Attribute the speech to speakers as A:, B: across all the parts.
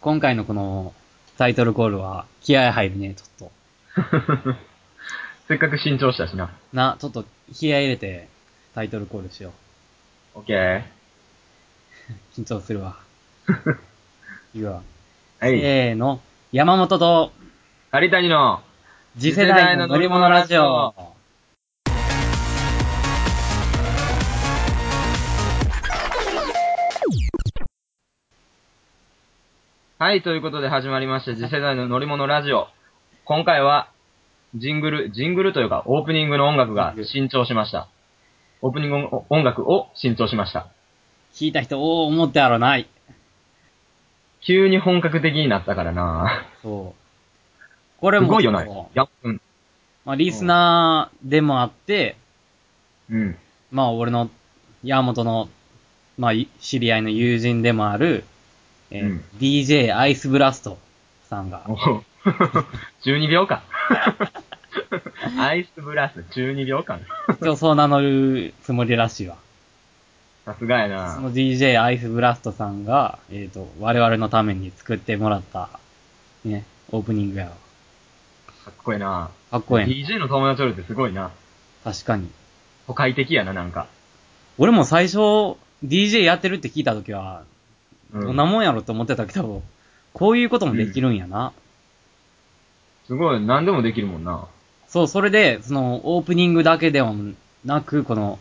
A: 今回のこのタイトルコールは気合入るね、ちょっと。
B: せっかく新調したしな。
A: な、ちょっと気合入れてタイトルコールしよ
B: オッケー。
A: う。緊張する わ。いくわ。
B: はい。
A: せーの、山本と
B: 有谷の、
A: 次世代の乗り物ラジオ。
B: はい、ということで始まりました、次世代の乗り物ラジオ。今回は、ジングル、ジングルというか、オープニングの音楽が新調しました。オープニングの音楽を新調しました。
A: 聞いた人、おー、思ってやろない。
B: 急に本格的になったからな
A: そう。これ
B: す
A: も、
B: ごいよな。や、うん。
A: まあ、リスナーでもあって、
B: うん。
A: まあ、俺の、山本の、まあ、い知り合いの友人でもある、えー
B: うん
A: DJ アイスブラストさんが、
B: おう12秒間。アイスブラス、12秒間。
A: 一応そう名乗るつもりらしいわ。
B: さすがや
A: そ
B: な
A: の DJ アイスブラストさんが、えっ、と、我々のために作ってもらった、ね、オープニングやわ。
B: かっこいいな
A: かっこええな。
B: DJ の友達おるってすごいな。
A: 確かに。
B: 都会的やな、なんか。
A: 俺も最初、DJ やってるって聞いた時は、
B: うん
A: どんなもんやろって思ってたけど、こういうこともできるんやな。
B: すごい、何でもできるもんな。
A: そう、それで、その、オープニングだけではなく、この、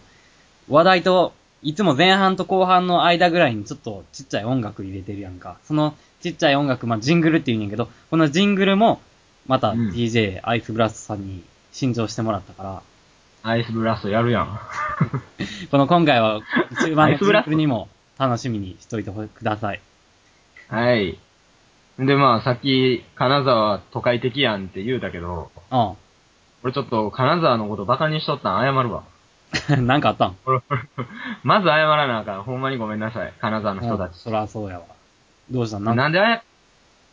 A: 話題と、いつも前半と後半の間ぐらいにちょっとちっちゃい音楽入れてるやんか。そのちっちゃい音楽、まあ、ジングルって言うんやけど、このジングルも、また
B: うん
A: DJ アイスブラストさんに新調してもらったから、
B: アイスブラストやるやん。
A: この今回は中盤
B: ア
A: の
B: イ
A: ジ
B: ス
A: ング
B: ブラスト
A: ルにも楽しみにしといてください。
B: はい。で、まあ、さっき、金沢都会的やんって言うたけど、
A: あ
B: 俺ちょっと金沢のことバカにしとったん謝るわ。
A: あ なんかあったん
B: 俺まず謝らなあかん。ほんまにごめんなさい。金沢の人た
A: うん
B: ち。
A: そらそうやわ。どうしたんなんか
B: なんであや、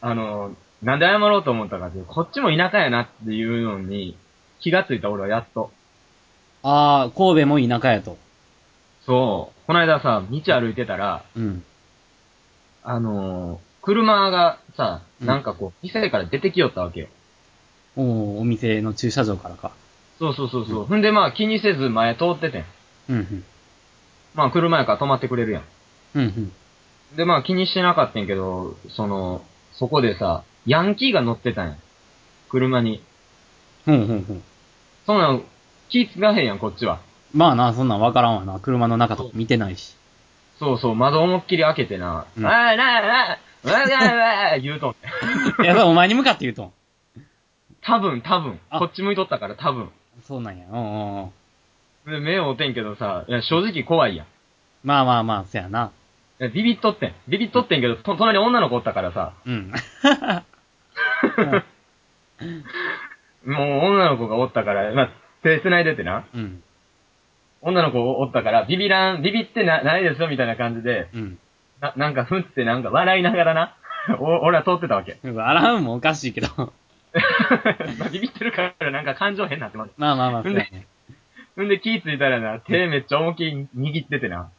B: あの、なんで謝ろうと思ったかっていう、こっちも田舎やなっていうのに気がついた俺はやっと。
A: ああ、神戸も田舎やと。
B: そう。この間さ、道歩いてたら、
A: うん。
B: あのー車がさ、
A: うん
B: なんかこう、店から出てきよったわけよ。
A: おお、お店の駐車場からか。
B: そうそうそうそう。ほんでまあ気にせず前通っててん。
A: うんうん。
B: まあ車やから止まってくれるやん。
A: うんうん。
B: でまあ気にしてなかったんやけど、その、そこでさ、ヤンキーが乗ってたんや。車に。
A: ほんほんほん。
B: そんなん、気つかへんやん、こっちは。
A: まあな、そんなんわからんわな。車の中とか見てないし。
B: そうそう、窓思いっきり開けてな、
A: うん
B: わーなーなー、わーなーわー言うとんねん。
A: いや、それお前に向かって言うとん。
B: 多分、多分。
A: あ
B: こっち向いとったから多分。
A: そうなんや。うんうんうん。
B: で、目を追ってんけどさ、いや正直怖いやん。い
A: まあまあまあ、そやな。
B: やビビっとってん。ビビっとってんけど、と隣に女の子おったからさ、
A: うん。
B: もう女の子がおったから、まあ、手繋いでてな。
A: うん。
B: 女の子おったから、ビビらん、ビビってな、ないですよ、みたいな感じで、
A: うん。
B: な、なんか、ふんってなんか笑いながらな、 お、俺は通ってたわけ。
A: 笑うもおかしいけど。
B: まあビビってるから、なんか感情変になってます。
A: まあまあまあ、そやね。
B: んで気ぃついたらな、手めっちゃ大きい握って てな。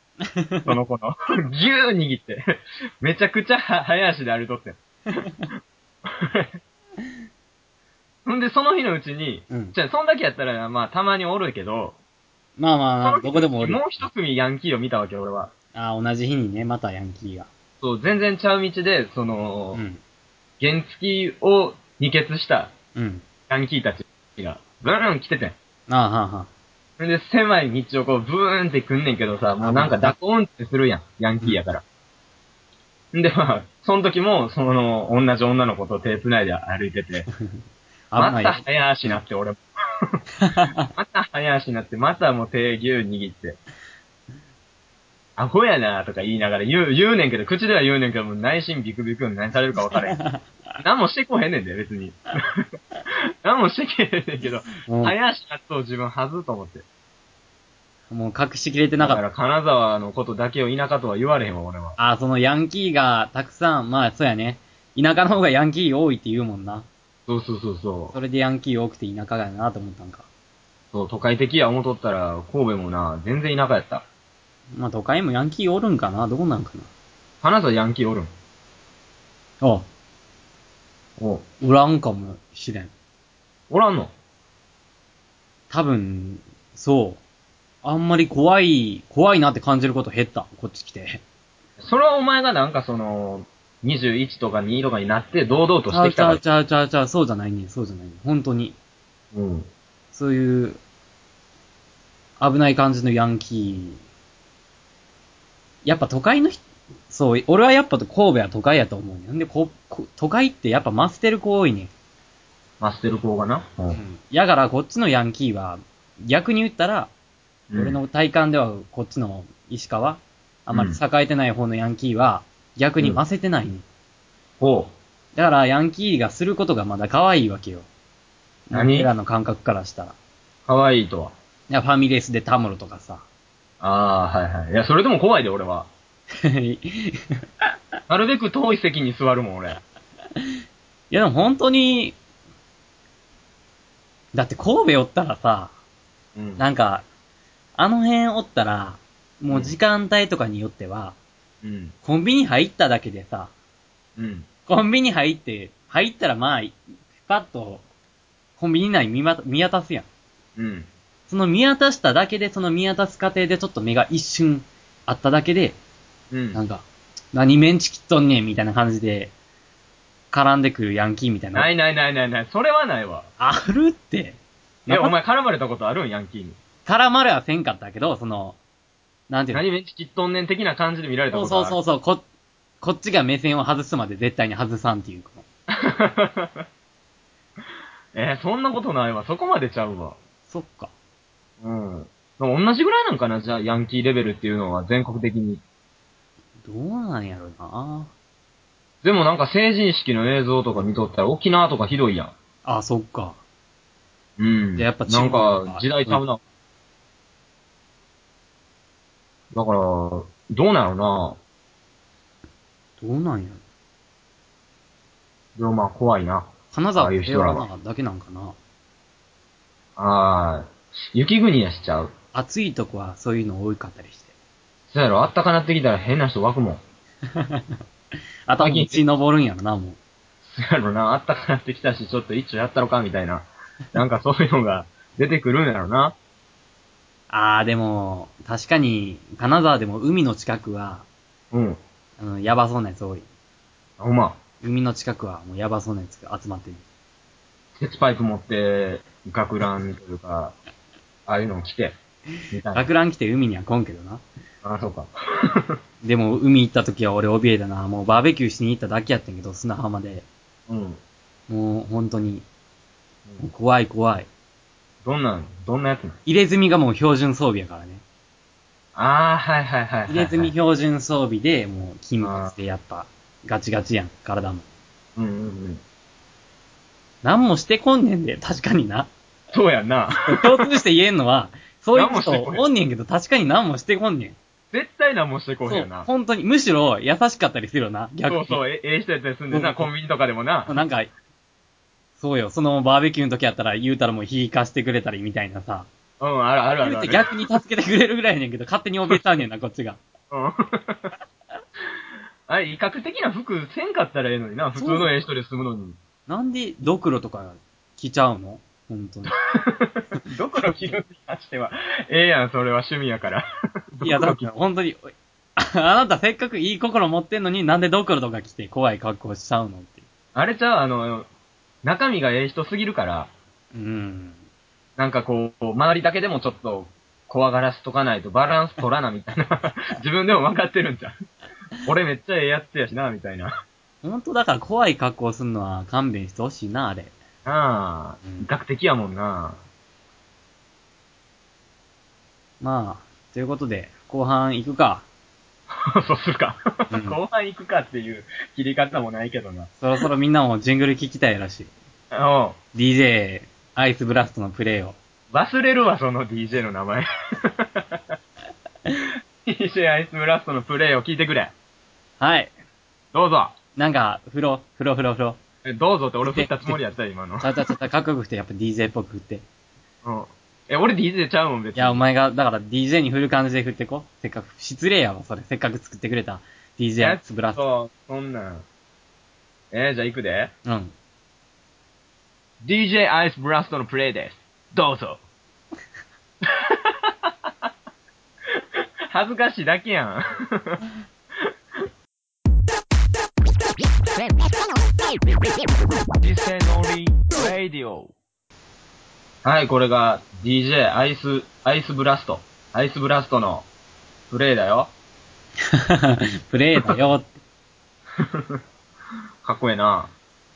B: その子の。ぎゅー握って。 めちゃくちゃは早足で歩いとってん。 ほんで、その日のうちに、
A: うん
B: じゃあ、そんだけやったら、まあ、たまにおるけど、
A: まあまあまあ、
B: その日
A: どこでもおる
B: もう。一組ヤンキーを見たわけよ、俺は。
A: ああ、同じ日にね、またヤンキーが。
B: そう、全然ちゃう道で、その
A: う、ん。
B: 原付を二欠した
A: うん。
B: ヤンキーたちが、ブーン来ててん。
A: ああ、はあはあ。
B: それで、狭い道をこう、ブーンって来んねんけどさ、もうなんか蛇行運転するやん。ヤンキーやから。んで、まあ、その時も、その、同じ女の子と手繋いで歩いてて、ま
A: 危ない
B: た
A: よ。
B: 早足なって、俺も。また早足なって、またもう手ぎゅう握って。アホやなとか言いながら言う、言うねんけど、口では言うねんけど、もう内心ビクビク何されるか分から へん。何もしてこへんねんで、別に。何もしてけへんねんけど、
A: も
B: 早足なっと自分はずと思って。
A: う、もう隠しきれてなか
B: だ
A: っ
B: か
A: た。
B: ら金沢のことだけを田舎とは言われへんわ、俺は。
A: ああ、そのヤンキーがたくさん、まあ、そうやね。田舎の方がヤンキー多いって言うもんな。
B: そうそうそうそう。
A: それでヤンキー多くて田舎だなと思ったんか。
B: そう、都会的や思うとったら、神戸もな、全然田舎やった。
A: まあ、都会もヤンキーおるんかなどうなんかな
B: 金沢ヤンキーおるん。
A: あ、
B: おう
A: おらんかもしれん。
B: おらんの
A: 多分、そう。あんまり怖い、怖いなって感じること減った。こっち来て。
B: それはお前がなんかその、21とか2とかになって堂々と
A: ち
B: し
A: ゃ
B: て
A: う
B: き
A: ち
B: た
A: ゃ
B: から
A: う。ちゃうちゃうちゃう、そうじゃないね。そうじゃないね。本当に。
B: うん。
A: そういう、危ない感じのヤンキー。やっぱ都会の人、そう、俺はやっぱ神戸は都会やと思うねんでこ、こ都会ってやっぱマステる子多いねん。
B: マステル校がな。う
A: やからこっちのヤンキーは、逆に言ったら、俺の体感ではこっちの石川、あんまり栄えてない方のヤンキーは、逆にませてないねん、
B: おう。
A: だからヤンキーがすることがまだ可愛いわけよ。
B: 何
A: 俺らの感覚からしたら。い
B: かわいいとは。
A: やファミレスでタムロとかさ。
B: ああ、はいはい。いや、それでも怖いで、俺は。
A: い
B: なるべく遠い席に座るもん、俺。
A: やでも本当に、だって神戸おったらさ、
B: うん。
A: なんか、あの辺おったら、もう時間帯とかによっては、
B: うん。
A: コンビニ入っただけでさ、
B: うん。
A: コンビニ入って、入ったらまあ、パッと、コンビニ内見,、ま、見渡すやん。
B: うん。
A: その見渡しただけで、その見渡す過程でちょっと目が一瞬あっただけで、
B: うん。
A: なんか、何メンチ切っとんねんみたいな感じで、絡んでくるヤンキーみたいな。
B: ないないないないない。それはないわ。
A: あるって。
B: え、お
A: ま
B: 前絡まれたことあるん、ヤンキーに。
A: 絡まれはせんかったけど、その、なんていうの
B: 何めっちきっとんねん的な感じで見られた
A: そ
B: こ
A: う
B: と
A: そ
B: あ
A: う
B: る。
A: そうそう、こ、こっちが目線を外すまで絶対に外さんっていう。
B: えーそんなことないわ。そこまでちゃうわ。
A: そっか。
B: うん。でも同じぐらいなんかな、じゃあ、ヤンキーレベルっていうのは全国的に。
A: どうなんやろな
B: でもなんか成人式の映像とか見とったら沖縄とかひどいや
A: あ、そっか。
B: ん。うん。
A: じゃあやっぱ
B: なん
A: 中
B: か
A: 国、
B: 時代ちゃうな。だから、どうなのな。
A: どうなんやろ
B: でもまあ怖いな。
A: 金
B: あ
A: 沢
B: あいう
A: 平
B: 人らは
A: 和なだけなんかな。
B: あー、雪国やしちゃう。
A: 暑いとこはそういうの多かったりして。
B: そうやろ、あったかなってきたら変な人湧くもん。
A: あと、道登るんやろな、もう。
B: そうやろな、あったかなってきたし、ちょっと一丁やったろか、みたいな。なんかそういうのが出てくるんやろな。
A: あー、でも、確かに、金沢でも海の近くは、
B: うん。
A: あの、やばそうなやつ多い。
B: ほんま、
A: 海の近くはもうやばそうなやつが集まってる。
B: 鉄パイプ持って、学ランというか、ああいうのを着て、みたいな。
A: 学ラン来て海には来んけどな。
B: あ、そうか。
A: でも、海行った時は俺怯えたな。もうバーベキューしに行っただけやってんけど、砂浜で。
B: うん。
A: もう、本当に
B: うん。
A: 怖い怖い。
B: どんなん、どんなやつなの
A: 入れ墨がもう標準装備やからね。
B: ああ、はいはいはいはい、はい。
A: 入れ墨標準装備で、もう、筋骨でやっぱ、ガチガチやん、体も。
B: うんうんうん。
A: 何もしてこんねんで、確かにな。
B: そうやんな。
A: 共通して言えんのは、そういうこ
B: 何
A: と
B: もしてこへん
A: おんねんけど、確かに何もしてこんねん。
B: 絶対何もしてこへん
A: そ
B: よ
A: う
B: な、。
A: 本当に、むしろ優しかったりするよな、逆
B: そ
A: に。
B: うそう、えええ人やったりすんで
A: う
B: な、
A: ん
B: コンビニとかでもな。
A: なんか、そうよ、そのバーベキューの時やったら、言うたらもう火貸してくれたりみたいなさ。
B: うん、あるあるある
A: 言
B: あ
A: う
B: る。
A: て逆に助けてくれるぐらいやねんけど、勝手に怯えたんねんな、こっちが。
B: うん。 あれ、威嚇的な服せんかったらええのにな、普通のええ人で済むのに。
A: なんで、ドクロとか着ちゃうの本当に。
B: どこの着るに関しては、 ええやん、それは趣味やから。
A: いや、
B: ど
A: だっ
B: こ
A: て本当に、おいあなたせっかくいい心持ってんのになんでドクロとか着て怖い格好しちゃうのって。
B: あれちゃう、あの、中身がええ人すぎるから、
A: うん。
B: なんかこう、周りだけでもちょっと、怖がらしとかないとバランス取らな、みた いな。自分でも分かってるんじゃん。俺めっちゃええやつやしな、みたいな。
A: 本当だから怖い格好するのは勘弁してほしいな、あれ。
B: なあ
A: うん、
B: 威嚇的やもんな。
A: まあ、ということで、後半行くか。
B: そうするか。
A: うん
B: 後半行くかっていう切り方もないけどな。
A: そろそろみんなもジングル聞きたいらしい。
B: うん。
A: DJ、アイスブラストのプレイを。
B: 忘れるわ、その DJ の名前。DJ アイスブラストのプレイを聞いてくれ。
A: はい。
B: どうぞ。
A: なんか、風呂、風呂、風呂、風呂。
B: えどうぞって俺振ったつもりやったよ、今の。
A: ちゃうちゃうちゃうちゃう、かっこよく振って、やっぱ DJ っぽく振って。い
B: うん。え、俺 DJ ちゃうもん、別に。
A: や、お前が、だから DJ に振る感じで振ってこ。せっかく、失礼やわ、それ。せっかく作ってくれた DJ アイスブラスト。
B: そう、そんなん。えー、じゃあ行くで。
A: うん。
B: DJ アイスブラストのプレイです。どうぞ。 恥ずかしいだけやん。実践のりラディオ。はい、これが DJ アイス、アイスブラスト。アイスブラストのプレイだよ。
A: プレイだよって。
B: かっこええな。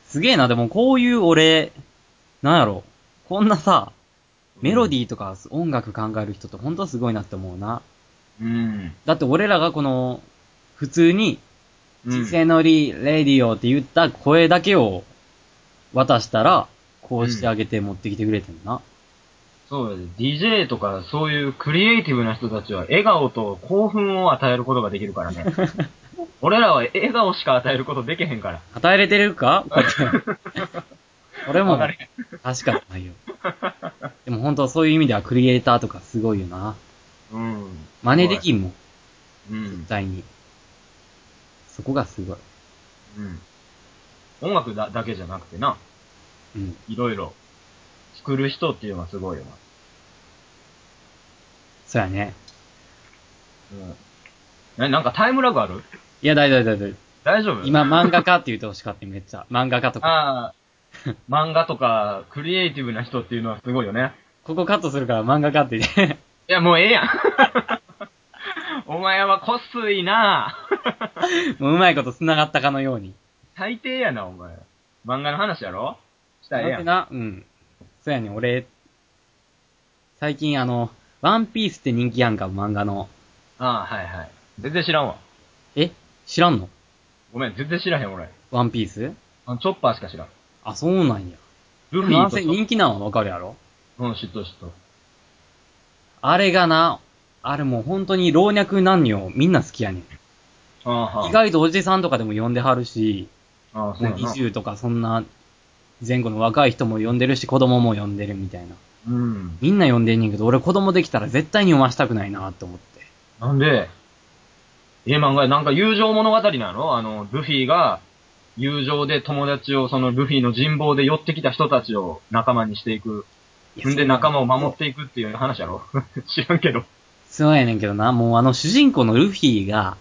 A: すげえな、でもこういう俺、なんやろ。こんなさ、メロディーとか音楽考える人ってほんとすごいなって思うな。
B: うん。
A: だって俺らがこの、普通に、
B: うん
A: 人生乗り、レディオって言った声だけを渡したら、こうしてあげて持ってきてくれてんな。
B: そうやで、DJ とかそういうクリエイティブな人たちは笑顔と興奮を与えることができる からね。俺らは笑顔しか与えることできへんから。
A: 与えれてるか こうやって。俺も
B: わかる、
A: 確かないよ。でも本当そういう意味ではクリエイターとかすごいよな。
B: うん。
A: 真似できんもん、
B: うん
A: 絶。対に。そこがすごい。
B: うん。音楽だだけじゃなくてな、
A: うん。
B: いろいろ作る人っていうのはすごいよな。
A: そうやね。
B: うん。ななんかタイムラグある
A: いや、大丈夫、大丈夫。
B: 大丈夫。
A: 今、漫画家って言ってほしかった、めっちゃ。漫画家とか。
B: ああ、漫画とかクリエイティブな人っていうのはすごいよね。
A: ここカットするから漫画家って 言って。
B: いや、もうええやん。 お前はこっすいな
A: もううまいこと繋がったかのように。
B: 最低やな、お前。漫画の話やろしたらえ
A: なん
B: えや
A: て
B: ん。
A: な、うん。そうやねん、俺、最近あの、ワンピースって人気やんか、漫画の。
B: ああ、はいはい。全然知らんわ。
A: え知らんの
B: ごめん、全然知らへん、俺。
A: ワンピース
B: あのチョッパーしか知らん。
A: あ、そうなんや。
B: ルフ
A: な
B: ィ
A: ん
B: と
A: せ
B: か。
A: 人気なんはわかるやろ
B: うん、知っと知っと。
A: あれがな、あれもう本当に老若男女みんな好きやね
B: ああ、は
A: ん。
B: あ
A: 意外とおじさんとかでも呼んではるし、
B: ああ、そうやな。
A: 20とかそんな前後の若い人も呼んでるし、子供も呼んでるみたいな。
B: うん。
A: みんな呼んでんねんけど、俺子供できたら絶対に読ましたくないなって思って。
B: なんで、ええ漫画や、なんか友情物語なのあの、ルフィが、友情で友達を、そのルフィの人望で寄ってきた人たちを仲間にしていく。
A: いや
B: んで仲間を守っていくっていう話やろ 知らんけど。
A: そうやねんけどな、もうあの主人公のルフィが、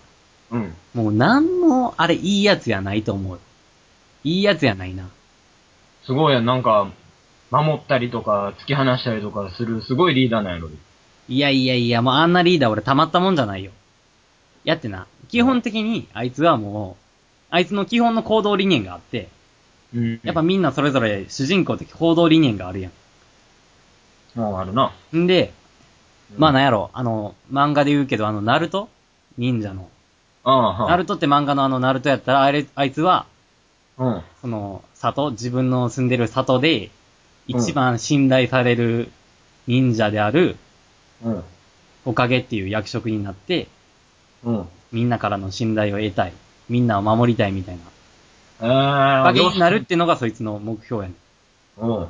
B: うん。
A: もうなんも、あれいいやつやないと思う。いいやつやないな。
B: すごいやん、なんか、守ったりとか、突き放したりとかする、すごいリーダーなんやろ。
A: いやいやいや、もうあんなリーダー俺たまったもんじゃないよ。やってな、基本的にあいつはもう、あいつの基本の行動理念があって、
B: うん
A: やっぱ、みんなそれぞれ主人公的行動理念があるや
B: もうあるな。
A: ん。んで、
B: うん
A: まあなんやろ、あの、漫画で言うけど、あの、ナルト忍者の。
B: ああ、は
A: ナルトって漫画のあの、ナルトやったら、あれ、あいつは、
B: うん。
A: その、里、自分の住んでる里で、一番信頼される忍者である、
B: うん。
A: おかげっていう役職になって、
B: うん。
A: みんなからの信頼を得たい。みんなを守りたいみたいな。
B: えー、
A: おかげになるっ
B: よして
A: のがそいつの目標やねん。
B: うん。はい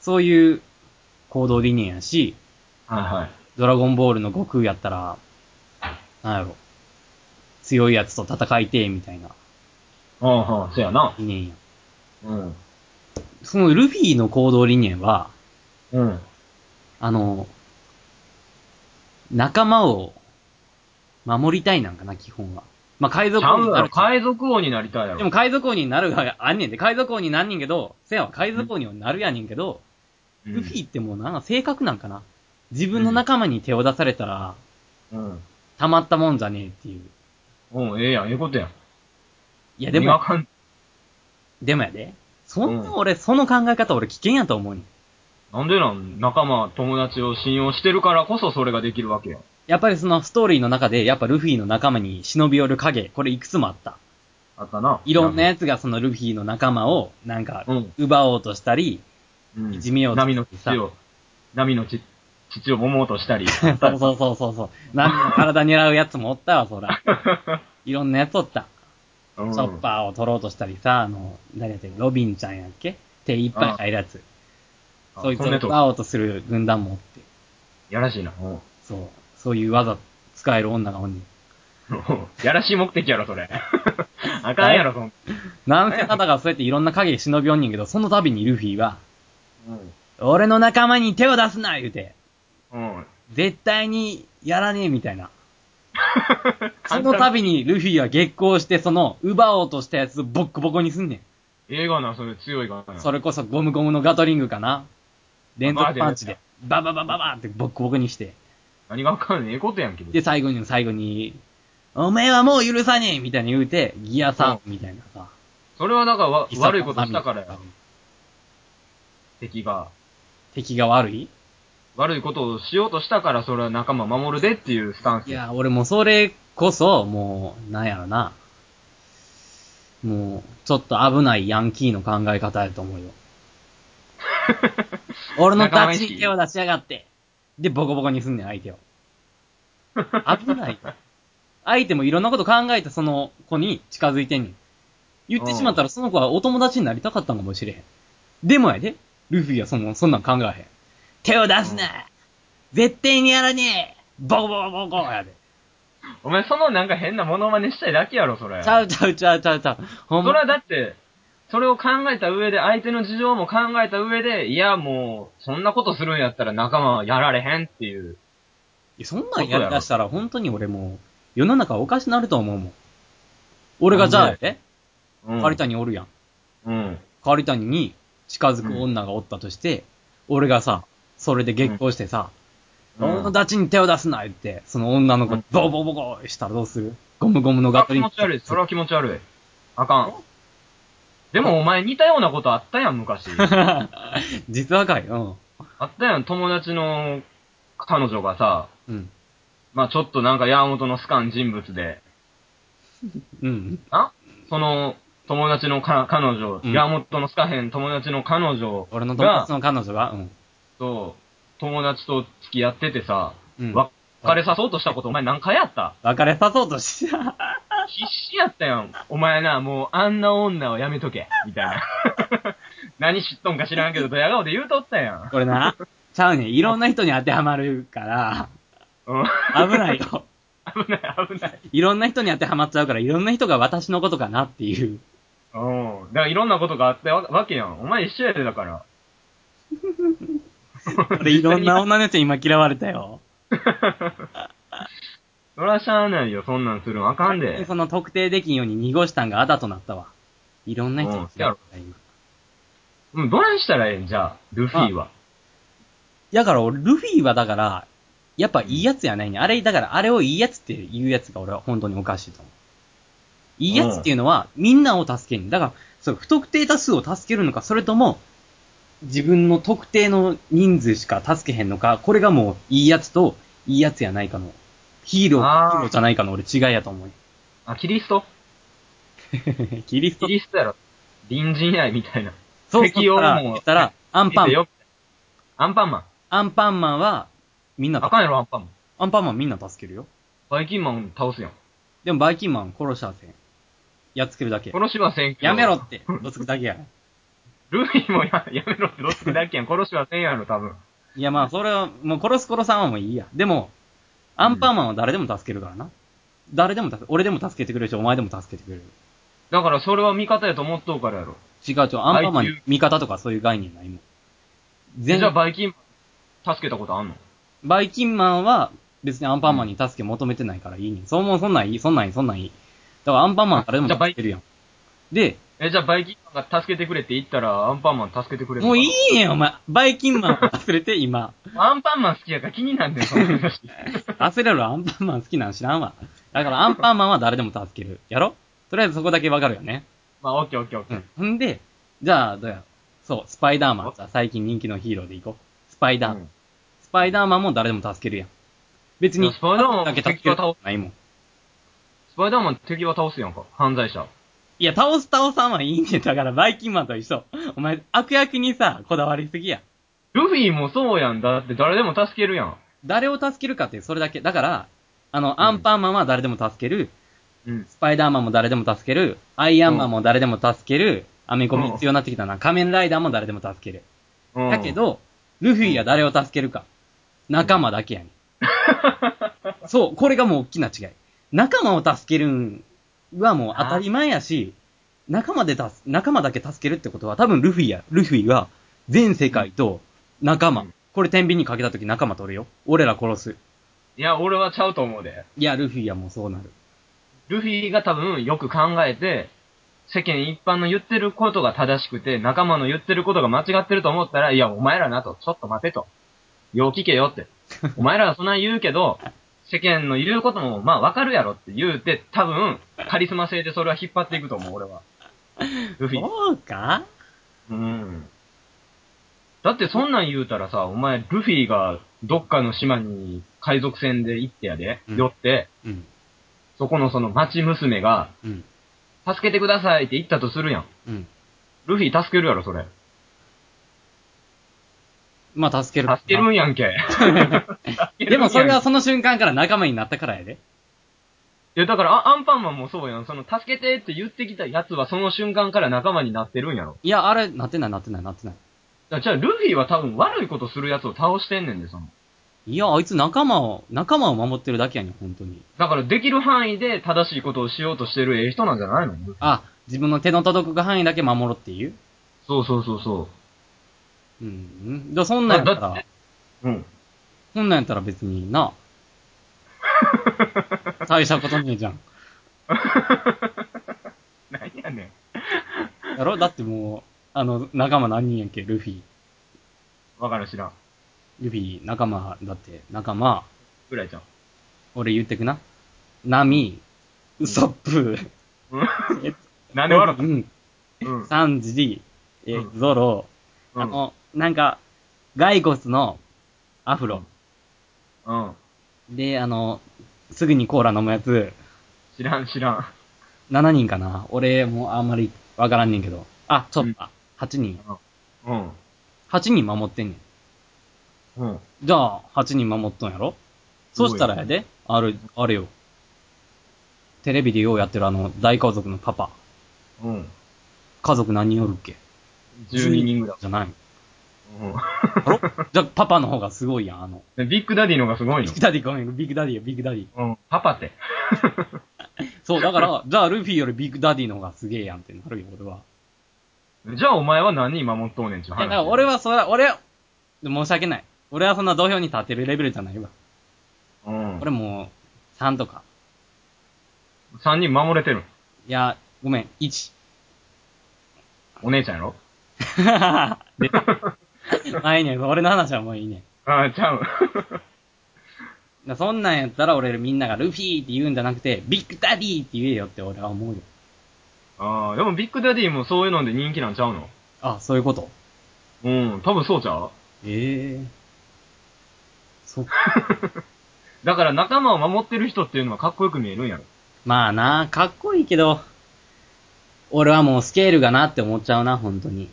A: そういう行動理念やし、
B: はい。
A: ドラゴンボールの悟空やったら、なんやろ、強いやつと戦いてえみたいな
B: うん、うん、そうやな。
A: 理念や。
B: うん。
A: そのルフィの行動理念は、
B: うん。
A: あの、仲間を守りたいなんかな、基本は。まあ、海
B: ち
A: 賊
B: ゃ
A: 王
B: う
A: に
B: や
A: な
B: ろ。
A: る。
B: 海賊王になりたいや
A: でも
B: ろ。
A: 海賊王になるがあんねんで、海賊王になんねんけど、せやは海賊王にはなるやねんけど、ルフィってもうなんか性格なんかな。自分の仲間に手を出されたら、
B: うん。
A: たまったもんじゃねえっていう。
B: うん、ええやん、ええことやん。
A: いや、で
B: 意味わ
A: も、
B: かん、
A: でもやで。そん
B: う
A: なん俺、その考え方俺危険やと思うねん。
B: なんでなん、仲間、友達を信用してるからこそそれができるわけやん。
A: やっぱりそのストーリーの中で、やっぱルフィの仲間に忍び寄る影、これいくつもあった。
B: あったな。
A: いろんなやつがそのルフィの仲間を、なんか
B: うん、
A: 奪おうとしたり、
B: うん、
A: いじめようと
B: 波の父を、波のち父を揉もう としたり。
A: そうそうそうそうそう。なんか体狙うやつもおったわ、そ ら。いろんなやつおった。
B: うん
A: チョッパーを取ろうとしたりさ、あの、誰やったっけ、ロビンちゃんやっけ手いっぱい入るやつ。
B: あ
A: そいつ
B: ん
A: を
B: なとこ
A: 奪おうとする軍団もおって。
B: やらしいな。うん
A: そう。そういう技使える女がおんねん。
B: やらしい目的や ろ、それ。あかんやろ、そん。
A: なんせただがそうやっていろんな影で忍びおんねんけど、その度にルフィは、俺の仲間に手を出すな言うて、
B: うん。うん。
A: 絶対にやらねえみたいな。その度にルフィは激高して、その、奪おうとしたやつをボッコボコにすんねん。
B: 映画な、それ強いかな。
A: それこそゴムゴムのガトリングかな連続パンチで、バババババーってボッコボコにして、
B: 何がわかんねええことやんけ。
A: で、最後に最後に、おめえはもう許さねえみたいに言うて、ギアさんみたいなさ。
B: それはなんかわ
A: 必殺
B: 悪いことしたからや。敵が。
A: 敵が悪い
B: 悪いことをしようとしたから、それは仲間守るでっていうスタンス。
A: いや、俺もうそれこそ、もう、なんやろな。もう、ちょっと危ないヤンキーの考え方やと思うよ。俺の
B: 仲間意
A: 立ち
B: 識
A: に手を出しやがって。で、ボコボコにすんねん、相手を。危ない。相手もいろんなこと考えてその子に近づいてんねん。言ってしまったらその子はお友達になりたかったのかもしれへん。でもやで、ルフィはその、そんなん考えへん。手を出す
B: うん
A: な絶対にやらねえボコボコボコやで。
B: お前、そのなんか変なモノマネしたいだけやろ、それ。
A: ちゃうちゃうちゃうちゃうちゃう。ほん
B: それ
A: ま。
B: はだって、それを考えた上で、相手の事情も考えた上で、いや、もう、そんなことするんやったら仲間はやられへんっていう。
A: いやそんなんやりだしたら本当に俺もう、世の中おかしなると思うもん。俺がじゃ
B: な
A: あ
B: ん、で
A: え
B: うん。
A: カリタニおるやん。
B: うん。
A: カリタニに近づく女がおったとして、俺がさ、それで激高してさ、
B: うん
A: 友達に手を出すな言って、その女の子
B: うん、
A: ボコボコしたらどうするゴムゴムの
B: それ
A: ガ
B: は
A: ト
B: 気
A: リン
B: 持
A: グ。
B: ち悪い。それは気持ち悪い。あかん。でもお前似たようなことあったやん、 昔。
A: 実はかい。うん。
B: あったやん、友達の彼女がさ、
A: うん。
B: まあちょっとなんか山本のスカン人物で、
A: うん。
B: あその、友達のか彼女、
A: うん
B: 山本のスカヘン友達の彼女
A: 俺の友
B: が
A: 達、の彼女が、うん。
B: と、友達と付き合っててさ、
A: うん。
B: 別れさそうとしたことお前何回やった
A: 別れさそうと した。
B: 必死やったやん。お前な、もうあんな女はやめとけ。みたいな。 何知っとんか知らんけど、ドヤ顔で言うとったやん。
A: これな、ちゃうねん。いろんな人に当てはまるから、
B: うん。
A: 危ないよ。
B: 危ない、危ない。
A: いろんな人に当てはまっちゃうから、いろんな人が私のことかなっていう。
B: うん。だからいろんなことがあったわわけやん。お前一緒やで、だから。
A: 俺、いろんな女の人に今嫌われたよ。
B: そらしゃあないよ、そんなんするんあかんで。
A: その特定できんように濁したんがあだとなったわ。いろんな人に嫌われた、今。
B: うん、どないしたらええんじゃあ、ルフィは。
A: だから俺、ルフィはだから、やっぱいいやつやないね。あれ、だからあれをいいやつっていうやつが俺は本当におかしいと思う。いいやつっていうのは、みんなを助ける。だから、そう、不特定多数を助けるのか、それとも、自分の特定の人数しか助けへんのか、これがもういいやつと、いいやつやないかの、ヒーロー、
B: あー
A: ヒーローじゃないかの俺違いやと思うよ。
B: あ、キリスト
A: キリス
B: キ
A: ト、
B: リストやろ。隣人や、みたいな。
A: そう
B: 敵を
A: 言ったら、
B: もう
A: 言ったら、アンパン
B: 見て、よアンパンマン。
A: アンパンマンは、みんな
B: あ
A: だ、
B: かんやろ、アンパンマン。
A: アンパンマンみんな助けるよ。
B: バイキンマン倒すやん。
A: でもバイキンマン殺しはせん。やっつけるだけ。
B: 殺しはせんけど
A: やめろって。ぶつくだけ や。
B: ルフィもややめろってどっちだっけやん。殺しはせんやろ、多分。
A: いやまあ、それは、もう殺す殺さんはもういいや。でも、アンパンマンは誰でも助けるからな。誰でも助け、俺でも助けてくれるし、お前でも助けてくれる。
B: だからそれは味方やと思っとうからやろ。
A: 違う違う、アンパンマン
B: はい
A: に味方とかそういう概念ないもん。
B: じ
A: 全
B: ゃあバイキンマン、助けたことあんの
A: バイキンマンは別にアンパンマンに助け求めてないからいいねん。そうもうそんなんいい、そんなんいい、そんなんいい。だからアンパンマンは誰でも助けてるやん。で、
B: え、じゃあバイキンマンが助けてくれって言ったら、アンパンマン助けてくれるの
A: も
B: か
A: う
B: ない
A: いねん、お前。バイキンマンを忘れて、今。
B: アンパンマン好きやから気になんねん、その 話。
A: 焦れろ、アンパンマン好きなん知らんわ。だからアンパンマンは誰でも助ける。やろとりあえずそこだけわかるよね。
B: まあ、オッケーオッケーオッケ
A: う
B: ー。
A: ん。ほんで、じゃあ、どうや。そう、スパイダーマンさ、最近人気のヒーローでいこう。スパイダーマン。
B: うん
A: スパイダーマンも誰でも助けるやん。別
B: い
A: に、
B: やスパイダーマン
A: だけ助けることないもん。
B: スパイダーマン敵は倒すやんか。犯罪者。
A: いや、倒す倒さんはいいねん。だから、バイキンマンと一緒。お前、悪役にさ、こだわりすぎや。
B: ルフィもそうやんだって誰でも助けるやん。
A: 誰を助けるかって、それだけ。だから、あの、
B: ん
A: アンパンマンは誰でも助ける。
B: うん。
A: スパイダーマンも誰でも助ける。アイアンマンも誰でも助ける。アメコミ
B: うん
A: 必要になってきたな。仮面ライダーも誰でも助ける。
B: うん、
A: だけ、ど、ルフィは誰を 助けるか。仲間だけやねん。そう、これがもう大きな違い。仲間を助けるんはもう当たり前やし、仲間でたす、仲間だけ助けるってことは、多分ルフィや、ルフィは全世界と仲間。
B: うん
A: これ天秤にかけた時仲間取るよ。俺ら殺す。
B: いや、俺はちゃうと思うで。
A: いや、ルフィはもうそうなる。
B: ルフィが多分よく考えて、世間一般の言ってることが正しくて、仲間の言ってることが間違ってると思ったら、いや、お前らなと、ちょっと待てと。よう聞けよ って。お前らはそんな言うけど、世間の言うことも、まあわかるやろって言うて、多分、カリスマ性でそれは引っ張っていくと思う、俺は。ルフィ。
A: そうか
B: うん。だってそんなん言うたらさ、お前、ルフィがどっかの島に海賊船で行ってやで、
A: うん
B: 寄って、
A: うん。
B: そこのその町娘が、
A: うん。
B: 助けてくださいって言ったとするやん。
A: うん。
B: ルフィ助けるやろ、それ。
A: まあ、助ける。
B: 助けるんやんけ。
A: でもそれは
B: 助
A: その瞬間から仲間になったからやで。
B: けるんやんけ、いやだからあアンパンマンもそうやん。その、助けてって言ってきたやつはその瞬間から仲間になってるんやろ。
A: いや、あれ、なってない、なってない、なってない。
B: だじゃあ、ルフィは多分悪いことするやつを倒してんねんで、その。
A: いや、あいつ仲間を、仲間を守ってるだけやねん、本当に。
B: だから、できる範囲で正しいことをしようとしてるええ人なんじゃないの
A: あ、自分の手の届く範囲だけ守ろうっていう
B: そうそうそうそ
A: うんうん。だそんなんやった
B: あだっ
A: ら、
B: う。うん。
A: そんなんやったら別に な。大したことねえじゃん。
B: なんやねん。
A: やろだってもう、あの、仲間何人やっけルフィ。
B: わからん知らん。
A: ルフィ、仲間、だって、仲間、
B: ぐらいじゃん。
A: 俺言ってくな。ナミ、ウソップ、
B: うん。
A: え
B: なんで笑っ
A: うん、
B: たうん。
A: サンジ、え
B: うん
A: ゾロ、
B: うん
A: あの、なんか、ガイゴスのアフロ。
B: うん。
A: で、あの、すぐにコーラ飲むやつ、
B: 知らん知らん。
A: 7人かな俺、もうあんまりわからんねんけど。あ、ちょっと、
B: うん
A: 8人。
B: うん。
A: 8人守ってんねん。
B: うん。
A: じゃあ、8人守っとんやろそしたらやで、あれ、あれよ。テレビでようやってるあの、大家族のパパ。
B: うん。
A: 家族何人おるっけ
B: 12人ぐらい。
A: じゃないの。
B: う
A: あろじゃあ、パパの方がすごいやん、あの。
B: ん。ビッグダディのがすごい
A: ビ
B: の
A: ッグ。ダディごめん、ビッグダディよ、ビッグダディ。
B: うん。パパって。
A: そう、だから、じゃあルフィよりビッグダディの方がすげえやんってなるよ、俺は。
B: じゃあお前は何人守っとうねんちゅう
A: い
B: 話。
A: やだから俺はそら、俺は、申し訳ない。俺はそんな土俵に立てるレベルじゃないわ。
B: うん。
A: 俺もう、3とか。
B: 3人守れてる。
A: いや、ごめん、1。
B: お姉ちゃんやろ
A: ないねん、俺の話はもういいねん。
B: ああ、ちゃう。
A: だそんなんやったら俺みんながルフィって言うんじゃなくて、ビッグダディって言えよって俺は思うよ。
B: ああ、でもビッグダディもそういうので人気なんちゃうの
A: あ、そういうこと
B: うん。多分そうちゃう
A: ええそっか。
B: だから仲間を守ってる人っていうのはかっこよく見えるんやろ。
A: まあな、かっこいいけど、俺はもうスケールがなって思っちゃうな、本当に。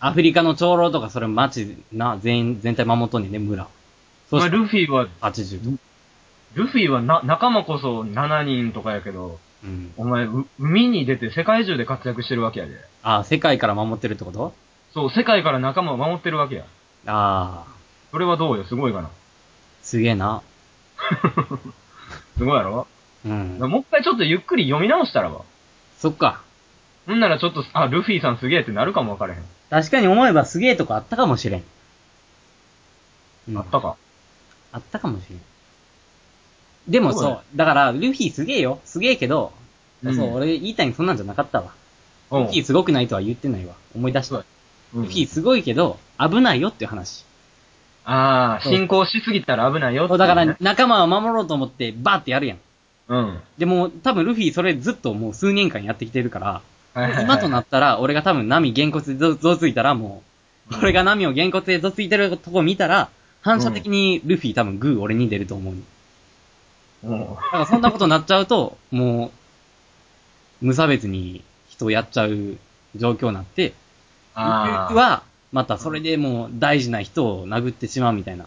A: アフリカの長老とかそれ街な、全員、全体守っとんねんね、村。そ
B: お
A: う
B: 前
A: し
B: ルフィは、
A: 80と。
B: ルフィはな、仲間こそ7人とかやけど、
A: うん。
B: お前、う海に出て世界中で活躍してるわけやで。
A: あ世界から守ってるってこと
B: そう、世界から仲間を守ってるわけや。
A: ああ、
B: それはどうよ、すごいかな。
A: すげえな。
B: すごいやろ
A: うん。
B: もう一回ちょっとゆっくり読み直したらば。
A: そっか。
B: ほんならちょっと、あ、ルフィさんすげえってなるかもわからへん。
A: 確かに思えばすげえとこあったかもしれん。うん
B: あったか。
A: あったかもしれん。でも
B: そう
A: そ
B: だ
A: う、だから、ルフィすげえよ。すげえけど、
B: うん
A: そう、俺言いたいにそんなんじゃなかったわ。
B: う
A: ルフィすごくないとは言ってないわ。思い出した。
B: そう
A: ル
B: ん。
A: フィすごいけど、危ないよっていう話。
B: ああ、
A: そう
B: 進行しすぎたら危ないよっ
A: そ、
B: ていううね、
A: だから仲間を守ろうと思って、バーってやるやん。
B: うん。
A: でも、多分ルフィそれずっともう数年間やってきてる から、
B: はいはいはい
A: 今となったら、俺が多分ナミ原骨でぞぞついたらもう、
B: うん
A: 俺がナミを原骨でぞついてるとこ見たら、反射的にルフィ多分グー俺に出ると思う。
B: うん
A: だからそんなことになっちゃうと、もう、無差別に人をやっちゃう状況になって、
B: ああ。
A: は、またそれでもう大事な人を殴ってしまうみたいな。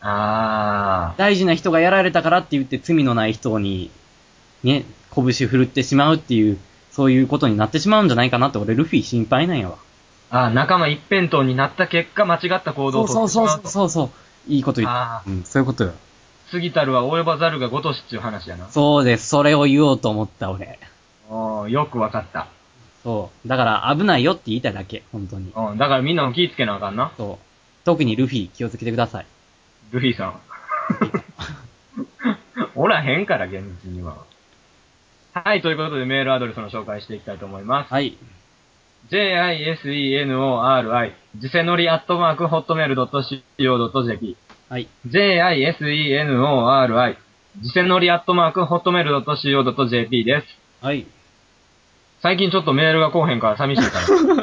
B: あ
A: 大事な人がやられたからって言って罪のない人に、ね、拳振るってしまうっていう、そういうことになってしまうんじゃないかなって俺ルフィ心配なんやわ。
B: あ。ああ、仲間一辺倒になった結果、間違った行動
A: そ
B: を
A: う
B: と
A: そう
B: ってしま
A: そううそ
B: と。
A: うそう。いいこと言っ
B: ああ
A: た。うん、そういうことよ。
B: 過ぎたるは及ばざるがごとしっていう話やな。
A: そうです。それを言おうと思った、俺。
B: おーよくわかった。
A: そう。だから、危ないよって言いたいだけ、本当に。
B: うん、だからみんなも気ぃつけなあかんな。
A: そう。特にルフィ、気をつけてください。
B: ルフィさん。 おらへんから、現実には。はい、ということでメールアドレスの紹介していきたいと思います。
A: はい。
B: jisenori、ジセノリアットマーク、ホットメール .co.jp。
A: はい。
B: jisenori、ジセノリアットマーク、ホットメール .co.jp です。
A: はい。
B: 最近ちょっとメールが来おへんから寂しい から。
A: そん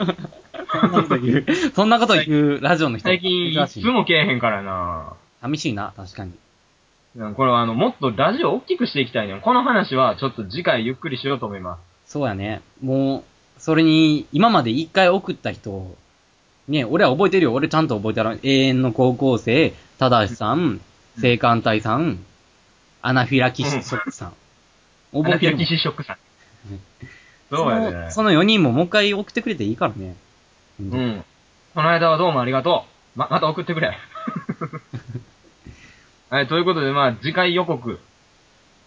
A: なこと 言う、そんなこと言うラジオの人。
B: 最近い
A: 珍しい
B: つも来えへんからな
A: 寂しいな、確かに。
B: うんこれはあの、もっとラジオ大きくしていきたいねん。この話はちょっと次回ゆっくりしようと思います。
A: そうやね。もう、それに、今まで一回送った人、ね、俺は覚えてるよ。俺ちゃんと覚えたら、永遠の高校生、ただしさん、生艦隊さん、アナフィラキシショックさん。覚えてるもん
B: シショックさん。そうやね。
A: その4人ももう一回送ってくれていいからね。う
B: う。ん。この間はどうもありがとう。ま、また送ってくれ。 はい、ということで、まあ、次回予告。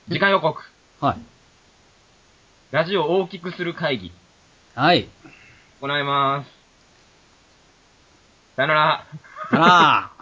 B: 次回予告。
A: はい。
B: ラジオを大きくする会議。
A: はい。
B: 行います。さよなら。
A: あらー。